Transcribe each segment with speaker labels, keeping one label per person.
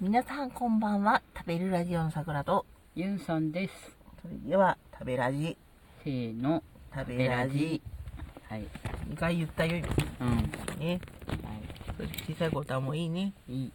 Speaker 1: 皆さんこんばんは食べるラジオの桜と
Speaker 2: ゆうさんです。
Speaker 1: それでは食べラジ
Speaker 2: せーの。
Speaker 1: 食べラジ。
Speaker 2: はい。
Speaker 1: 2回言ったよ今
Speaker 2: うん。は
Speaker 1: ねそれ小さいことはもういいね
Speaker 2: い。いい。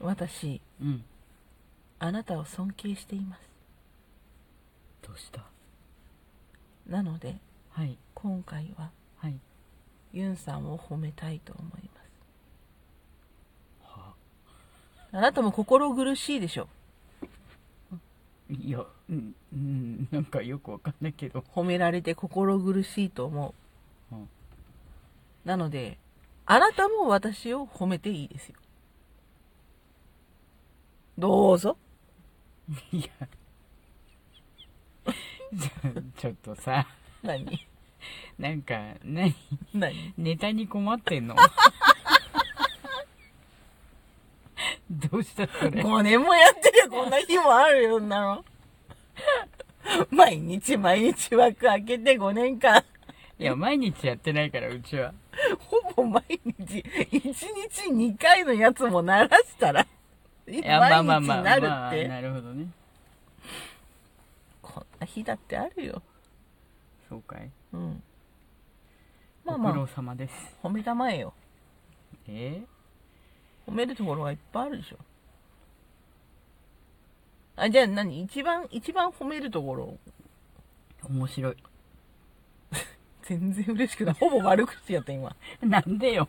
Speaker 1: 私
Speaker 2: うん。
Speaker 1: あなたを尊敬しています
Speaker 2: どうした
Speaker 1: なので
Speaker 2: はい。
Speaker 1: 今回は
Speaker 2: はい。
Speaker 1: ユンさんを褒めたいと思いま
Speaker 2: は
Speaker 1: すあなたも心苦しいでしょ
Speaker 2: いや、うん、うん、なんかよくわかんないけど。
Speaker 1: 褒められて心苦しいと思う、
Speaker 2: うん
Speaker 1: なのであなたも私を褒めていいですよどうぞ
Speaker 2: いや。ちょちょっと さ、
Speaker 1: 何
Speaker 2: なんか、何
Speaker 1: 何
Speaker 2: ネタに困って んのどうしたそれ。
Speaker 1: 5年もやってりゃこんな日もあるよそんなの 毎日毎日枠開けて5年間
Speaker 2: いや、毎日やってないから、うちは。
Speaker 1: ほぼ毎日1日2回のやつも鳴らしたら毎
Speaker 2: いや、まあまあ
Speaker 1: 日
Speaker 2: まあ、
Speaker 1: なる
Speaker 2: まあ、
Speaker 1: って、
Speaker 2: なるほどね。
Speaker 1: こんな日だってあるよ
Speaker 2: そうかい。
Speaker 1: うんまあま
Speaker 2: ご苦労
Speaker 1: あ
Speaker 2: 様です。
Speaker 1: 褒めたまえよ
Speaker 2: え
Speaker 1: 褒めるところがいっぱいあるでしょあじゃあ何一番一番褒めるところ
Speaker 2: 面白い。
Speaker 1: 全然嬉しくないほぼ悪口やった今
Speaker 2: なんでよ。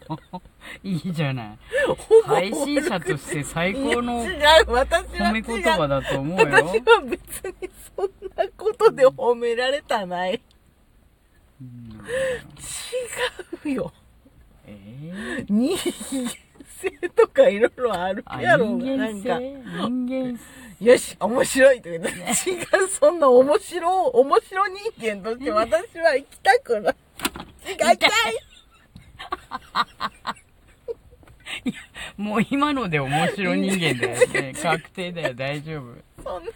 Speaker 2: いいじゃない。
Speaker 1: ほぼ
Speaker 2: 配信者として最高の
Speaker 1: いや違う私
Speaker 2: 褒
Speaker 1: は違
Speaker 2: め
Speaker 1: う
Speaker 2: 言葉だと思うよ。
Speaker 1: 私は別にそんなことで褒められたない
Speaker 2: うん
Speaker 1: 違うよ
Speaker 2: え
Speaker 1: 人間性とかいろいろある
Speaker 2: ーあ
Speaker 1: やろ
Speaker 2: 人間
Speaker 1: なんか
Speaker 2: 性人間
Speaker 1: よし、面白いとか言って、違う、そんな面白、面白人間として私は行きたくない。違いたい
Speaker 2: もう今ので面白人間だよね。確定だよ、大丈夫。
Speaker 1: そんな、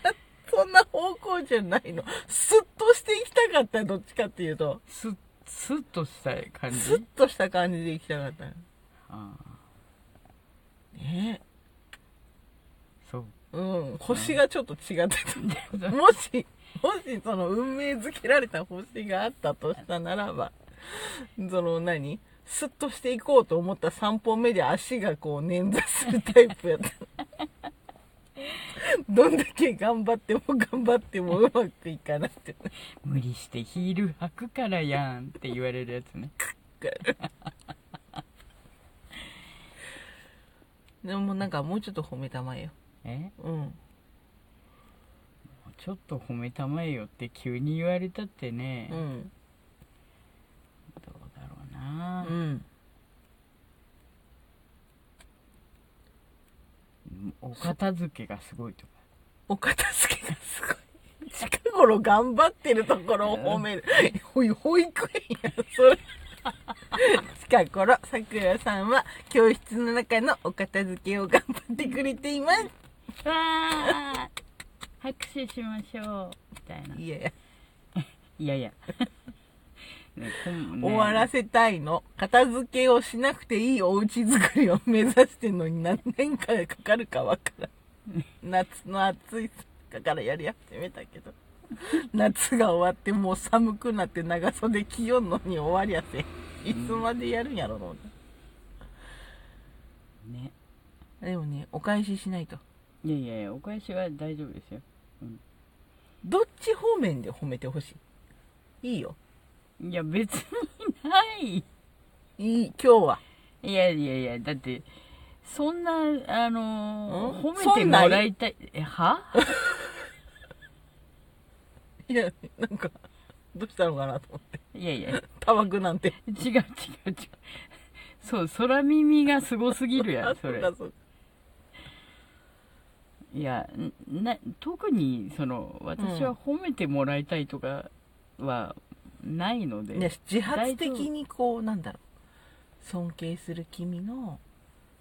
Speaker 1: そんな方向じゃないの。スッとして行きたかったどっちかっていうと。
Speaker 2: スッ、スッとしたい感じ
Speaker 1: スッとした感じで行きたかったの。
Speaker 2: ああ
Speaker 1: ね
Speaker 2: そう。
Speaker 1: うん。星がちょっと違ってた。もし、もしその運命づけられた星があったとしたならば、その何スッとしていこうと思った3本目で足がこう捻挫するタイプやった。 どんだけ頑張っても頑張ってもうまくいかなくて。
Speaker 2: 無理してヒール履くからやんって言われるやつね。
Speaker 1: でもなんかもうちょっと褒めたまえよ。
Speaker 2: え
Speaker 1: うん。
Speaker 2: ちょっと褒めたまえよって急に言われたってね、
Speaker 1: うん。
Speaker 2: どうだろうな
Speaker 1: う、ん。
Speaker 2: お片付けがすごいとか
Speaker 1: お片付けがすごい。近頃頑張ってるところを褒める。ほい、保育園や、それ。近頃、さくらさんは教室の中のお片付けを頑張ってくれています。
Speaker 2: わー拍手しましょうみたいない
Speaker 1: やいや、
Speaker 2: いやいや、 ねこんね
Speaker 1: 終わらせたいの。片付けをしなくていいお家作りを目指してんのに何年かかかるかわからん。 夏の暑い中からやり始めたけど。夏が終わってもう寒くなって長袖着よんのに終わりやせん。いつまでやるんやろの、
Speaker 2: ね
Speaker 1: でもね、お返ししないと。
Speaker 2: いやいやいやお返しは大丈夫ですよ、う
Speaker 1: どっち方面で褒めてほしいいいよ。
Speaker 2: ん、いや別にない
Speaker 1: いい、今日は。
Speaker 2: いやいやいやだってそんなあの
Speaker 1: ん
Speaker 2: ー褒めてもらいたいえはい
Speaker 1: や、なんか、どうしたのかなと思って。
Speaker 2: いやいや
Speaker 1: タバコなんて。
Speaker 2: 違う違う違うそう空耳がすごすぎるやんそれ
Speaker 1: あうかうか
Speaker 2: いやんな特にその私は褒めてもらいたいとかはないので、
Speaker 1: ね、自発的にこうなんだろう尊敬する君の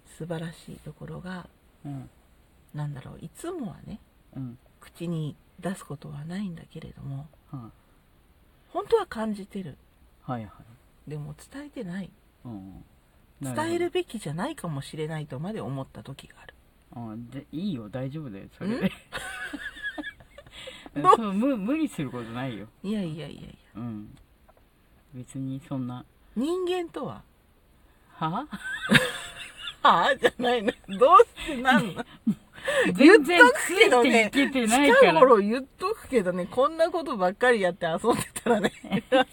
Speaker 1: 素晴らしいところが
Speaker 2: うん
Speaker 1: なんだろういつもはね
Speaker 2: うん
Speaker 1: 口に出すことはないんだけれども
Speaker 2: は
Speaker 1: 本当は感じてる
Speaker 2: いはいはい、
Speaker 1: でも伝えてない
Speaker 2: うん、なほど
Speaker 1: 伝えるべきじゃないかもしれないとまで思った時がある
Speaker 2: あでいいよ大丈夫だよそれで
Speaker 1: どう
Speaker 2: そう無無理することないよ
Speaker 1: いやいやいやいや
Speaker 2: うん別にそんな
Speaker 1: 人間とは
Speaker 2: は
Speaker 1: はあじゃないなどうしてなんの
Speaker 2: 全然
Speaker 1: 言っとく
Speaker 2: つ
Speaker 1: け
Speaker 2: い
Speaker 1: ど
Speaker 2: て
Speaker 1: ね
Speaker 2: いけてないか
Speaker 1: 近
Speaker 2: ら
Speaker 1: 頃言っとくけどねこんなことばっかりやって遊んでた らね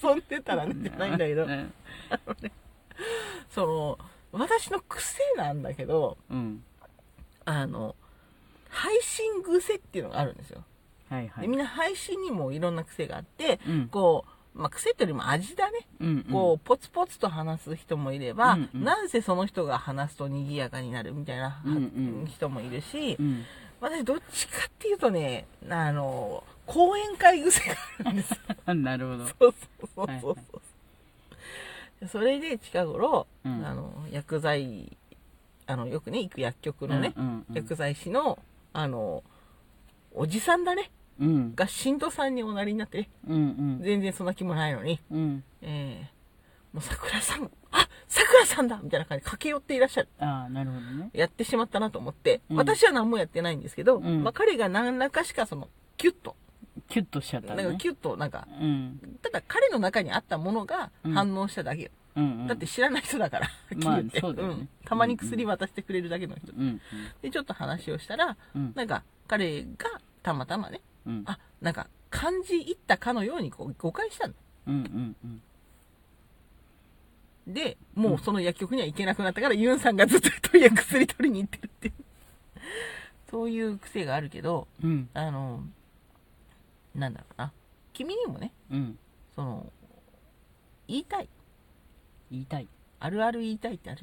Speaker 1: 遊んでたらねじゃないんだけど
Speaker 2: うん
Speaker 1: その私の癖なんだけど
Speaker 2: うん
Speaker 1: あの配信癖っていうのがあるんですよ、
Speaker 2: はいはい
Speaker 1: でみんな配信にもいろんな癖があって、
Speaker 2: うん
Speaker 1: こう、まあ、癖というよりも味だね
Speaker 2: うんうん
Speaker 1: こうポツポツと話す人もいれば、
Speaker 2: うんうん
Speaker 1: なんせその人が話すと賑やかになるみたいなは
Speaker 2: うんうん
Speaker 1: 人もいるし、
Speaker 2: うん
Speaker 1: 私どっちかっていうとねあの講演会癖があるんです よ
Speaker 2: あなるほど
Speaker 1: そうそうそうそうそう、それで近頃、
Speaker 2: うん
Speaker 1: あの薬剤あのよくね行く薬局のね、
Speaker 2: うんうん
Speaker 1: 薬剤師のあのおじさんだね
Speaker 2: うん
Speaker 1: がしんどさんにおなりになってね
Speaker 2: うん
Speaker 1: 全然そんな気もないのに、
Speaker 2: うんうん
Speaker 1: えー、もう桜さんあ桜さんだみたいな感じで駆け寄っていらっしゃる
Speaker 2: ああなるほどね
Speaker 1: やってしまったなと思って、
Speaker 2: うん
Speaker 1: 私は何もやってないんですけど、
Speaker 2: うん
Speaker 1: まあ、彼が何らかしかそのキュッと
Speaker 2: キュッとしちゃった
Speaker 1: なん
Speaker 2: ね
Speaker 1: かキュッとなんか
Speaker 2: うん
Speaker 1: ただ彼の中にあったものが
Speaker 2: うん
Speaker 1: 反応しただけよ、
Speaker 2: うんうん
Speaker 1: だって知らない人だから、
Speaker 2: まあ
Speaker 1: はっきり言って
Speaker 2: そうだよね
Speaker 1: んたまに薬渡してくれるだけの人、
Speaker 2: うん
Speaker 1: でちょっと話をしたら
Speaker 2: うん
Speaker 1: なんか彼がたまたまね
Speaker 2: うん
Speaker 1: あなんか感じ入ったかのようにこう誤解したの
Speaker 2: うんうんうん
Speaker 1: でもうその薬局には行けなくなったから、ユンさんがずっと薬薬取りに行ってるっていうそういう癖があるけど
Speaker 2: うん
Speaker 1: あのなんだろうな君にもね
Speaker 2: うん
Speaker 1: その言いたい
Speaker 2: 言いたい
Speaker 1: あるある言いたいってある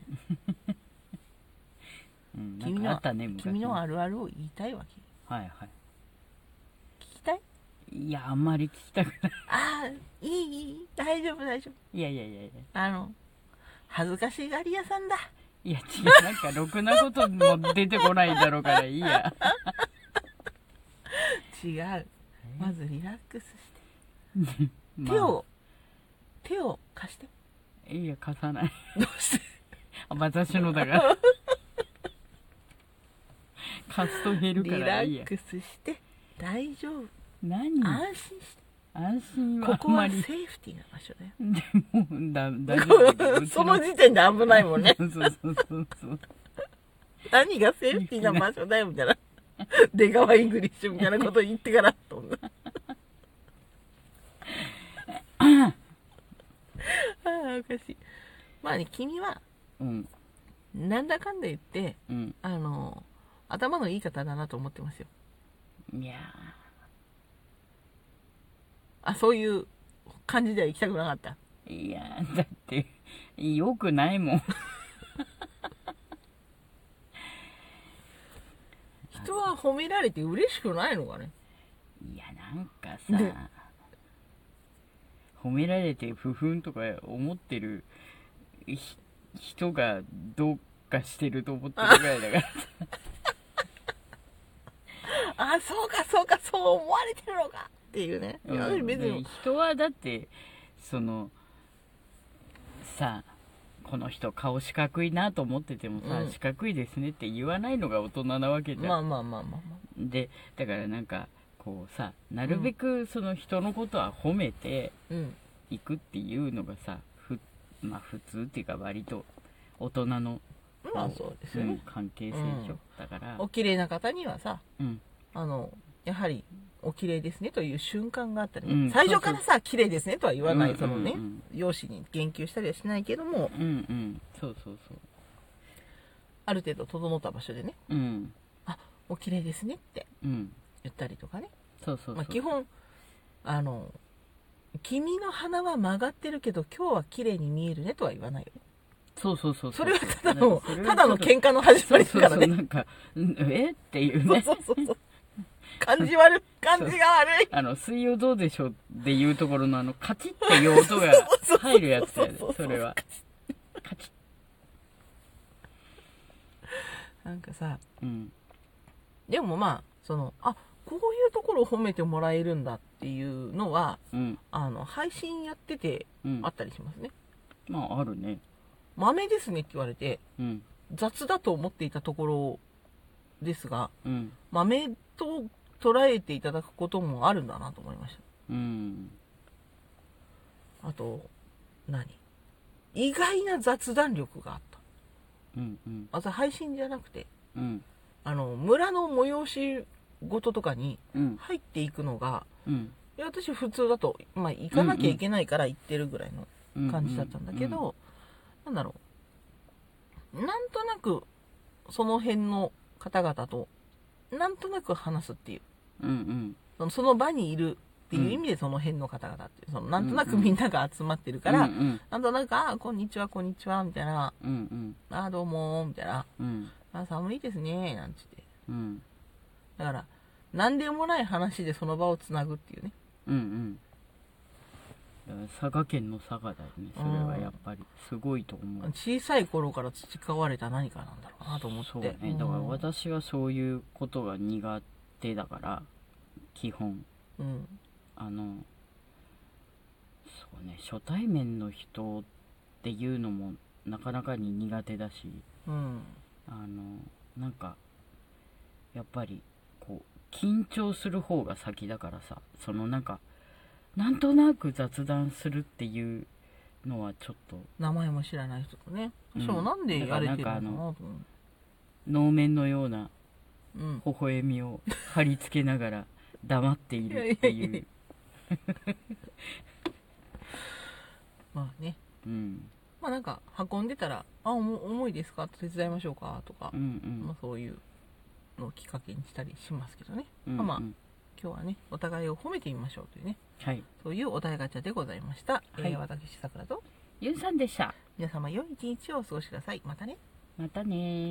Speaker 2: うんなん
Speaker 1: 君
Speaker 2: か
Speaker 1: の
Speaker 2: あったね昔ね
Speaker 1: 君の
Speaker 2: は
Speaker 1: あるあるを言いたいわけ
Speaker 2: いは
Speaker 1: 聞きたい
Speaker 2: いいやあんまり聞きたくない
Speaker 1: ああいいいい大丈夫大丈夫
Speaker 2: いやいやいやいや
Speaker 1: あの恥ずかしがり屋さんだ
Speaker 2: いや違うなんかろくなことも出てこないだろうからいいや
Speaker 1: 違うまずリラックスして、
Speaker 2: まあ
Speaker 1: 手を手を貸して
Speaker 2: いや貸さない
Speaker 1: どうして
Speaker 2: あ私のだから 貸すと減るか
Speaker 1: リ
Speaker 2: ら
Speaker 1: ラ
Speaker 2: いいや
Speaker 1: ックスして大丈夫、
Speaker 2: 何
Speaker 1: 安心して
Speaker 2: 安心は
Speaker 1: こ
Speaker 2: あ
Speaker 1: こ
Speaker 2: んま
Speaker 1: はセ
Speaker 2: り
Speaker 1: ーフティーな場所だよ
Speaker 2: でもだ大丈夫 だけど
Speaker 1: その時点で危ないもんね
Speaker 2: そうそうそうそう
Speaker 1: 何がセーフティーな場所だよみたい な出川イングリッシュみたいなこと言ってからと思 ったああおかしいまあね君は
Speaker 2: うん
Speaker 1: なんだかんだ言って
Speaker 2: うん
Speaker 1: あの頭のいい方だなと思ってますよ
Speaker 2: いや
Speaker 1: あそういう感じでは行きたくなかった
Speaker 2: ーいやーだってよくないもん
Speaker 1: 人は褒められて嬉しくないのかね
Speaker 2: いやなんかさ
Speaker 1: で
Speaker 2: 褒められて不憤とか思ってるひ人がどうかしてると思ってるぐらいだから
Speaker 1: あそうかそうかそう思われてるのかっていうねいや
Speaker 2: うん
Speaker 1: 別に
Speaker 2: で人はだってそのさこの人顔四角いなと思っててもさ、
Speaker 1: うん
Speaker 2: 四角いですねって言わないのが大人なわけじゃん、
Speaker 1: まあまあまあまあまあ
Speaker 2: でだからなんかこうさなるべくその人のことは褒めて
Speaker 1: うん
Speaker 2: いくっていうのがさふまあ普通っていうか割と大人の、
Speaker 1: まあそうです
Speaker 2: う
Speaker 1: よ
Speaker 2: ん
Speaker 1: ね、
Speaker 2: 関係性でし
Speaker 1: う
Speaker 2: ょ、
Speaker 1: ん
Speaker 2: だから
Speaker 1: お綺麗な方にはさ
Speaker 2: うん
Speaker 1: あのやはりお綺麗ですねという瞬間があったり、
Speaker 2: うん
Speaker 1: 最初からさ綺麗ですねとは言わない、
Speaker 2: うん
Speaker 1: そのね、
Speaker 2: うんうん
Speaker 1: 容姿に言及したりはしないけども
Speaker 2: うんうんそうそうそ
Speaker 1: ある程度整った場所でね
Speaker 2: ううん
Speaker 1: あお綺麗ですねって
Speaker 2: うん
Speaker 1: 言ったりとかね
Speaker 2: そうそうそう、
Speaker 1: まあ、基本あの君の鼻は曲がってるけど今日は綺麗に見えるねとは言わ ないよ
Speaker 2: そうそうそうう
Speaker 1: それはただの
Speaker 2: それは
Speaker 1: ただの喧嘩の始ま
Speaker 2: そう
Speaker 1: りだか
Speaker 2: そう
Speaker 1: ら
Speaker 2: そう、
Speaker 1: ね
Speaker 2: なんか、んえっていう
Speaker 1: そう
Speaker 2: ね。
Speaker 1: そうそうそう感じ悪い感じが悪い
Speaker 2: あの、水曜どうでしょうっていうところのあの、カチッっていう音が入るやつやで、それは。カチ
Speaker 1: なんかさ
Speaker 2: ッ。うん。
Speaker 1: でもまあそのあこういうところを褒めてもらえるんだっていうのは
Speaker 2: うん。
Speaker 1: あの配信やってて
Speaker 2: うん。
Speaker 1: あったりしますね
Speaker 2: まあ、あるね。
Speaker 1: 「豆ですね」って言われて
Speaker 2: うん。
Speaker 1: 雑だと思っていたところですが
Speaker 2: うん
Speaker 1: 豆と捉えていただくこともあるんだなと思いまし
Speaker 2: うん
Speaker 1: たあと何意外な雑談力があった
Speaker 2: うんうん
Speaker 1: あと配信じゃなくて
Speaker 2: うん
Speaker 1: あの村の催し事とかに
Speaker 2: うん
Speaker 1: 入っていくのが
Speaker 2: うん
Speaker 1: いや私普通だと、まあ、行かなきゃいけないから行ってるぐらいの
Speaker 2: うん
Speaker 1: 感じだったんだけど、なんだろうなんとなくその辺の方々となんとなく話すっていう
Speaker 2: うんうん
Speaker 1: そのその場にいるっていう意味でその辺の方々っていうそのなんとなくみんなが集まってるから、
Speaker 2: うん
Speaker 1: なんとなく「あーこんにちはこんにちは」みたいな
Speaker 2: うんうん
Speaker 1: 「あーどうも」みたいな
Speaker 2: うん
Speaker 1: 「あー寒いですね」なんつって
Speaker 2: うん
Speaker 1: だから何でもない話でその場をつなぐっていうね
Speaker 2: うんうんだから佐賀県の佐賀だよねそれはやっぱりすごいと思う
Speaker 1: 小さい頃から培われた何かなんだろうなと思って
Speaker 2: そうねだから私はそういうことが苦手だから基本
Speaker 1: うん
Speaker 2: あのそうね初対面の人っていうのもなかなかに苦手だし
Speaker 1: うん
Speaker 2: あのなんかやっぱりこう緊張する方が先だからさそのなんかなんとなく雑談するっていうのはちょっと
Speaker 1: 名前も知らない人とね
Speaker 2: うん
Speaker 1: しかもなんでやれてるのかなと思う
Speaker 2: 能面のような
Speaker 1: うん
Speaker 2: 微笑みを貼り付けながら 黙っているって
Speaker 1: いやいやい
Speaker 2: いう、
Speaker 1: まあね
Speaker 2: うん、
Speaker 1: まあなんか運んでたら「あ重重いですか?」手伝いましょうかとか
Speaker 2: うんう、
Speaker 1: まあ
Speaker 2: ん、
Speaker 1: そういうのをきっかけにしたりしますけどね
Speaker 2: うん
Speaker 1: まあ
Speaker 2: うん
Speaker 1: 今日はねお互いを褒めてみましょうというね
Speaker 2: はい
Speaker 1: そういうお題ガチャでございました、え
Speaker 2: は
Speaker 1: ー
Speaker 2: い
Speaker 1: 私さくらと
Speaker 2: ゆうさんでした
Speaker 1: 皆様良い一日をお過ごしくださいまたね
Speaker 2: またねー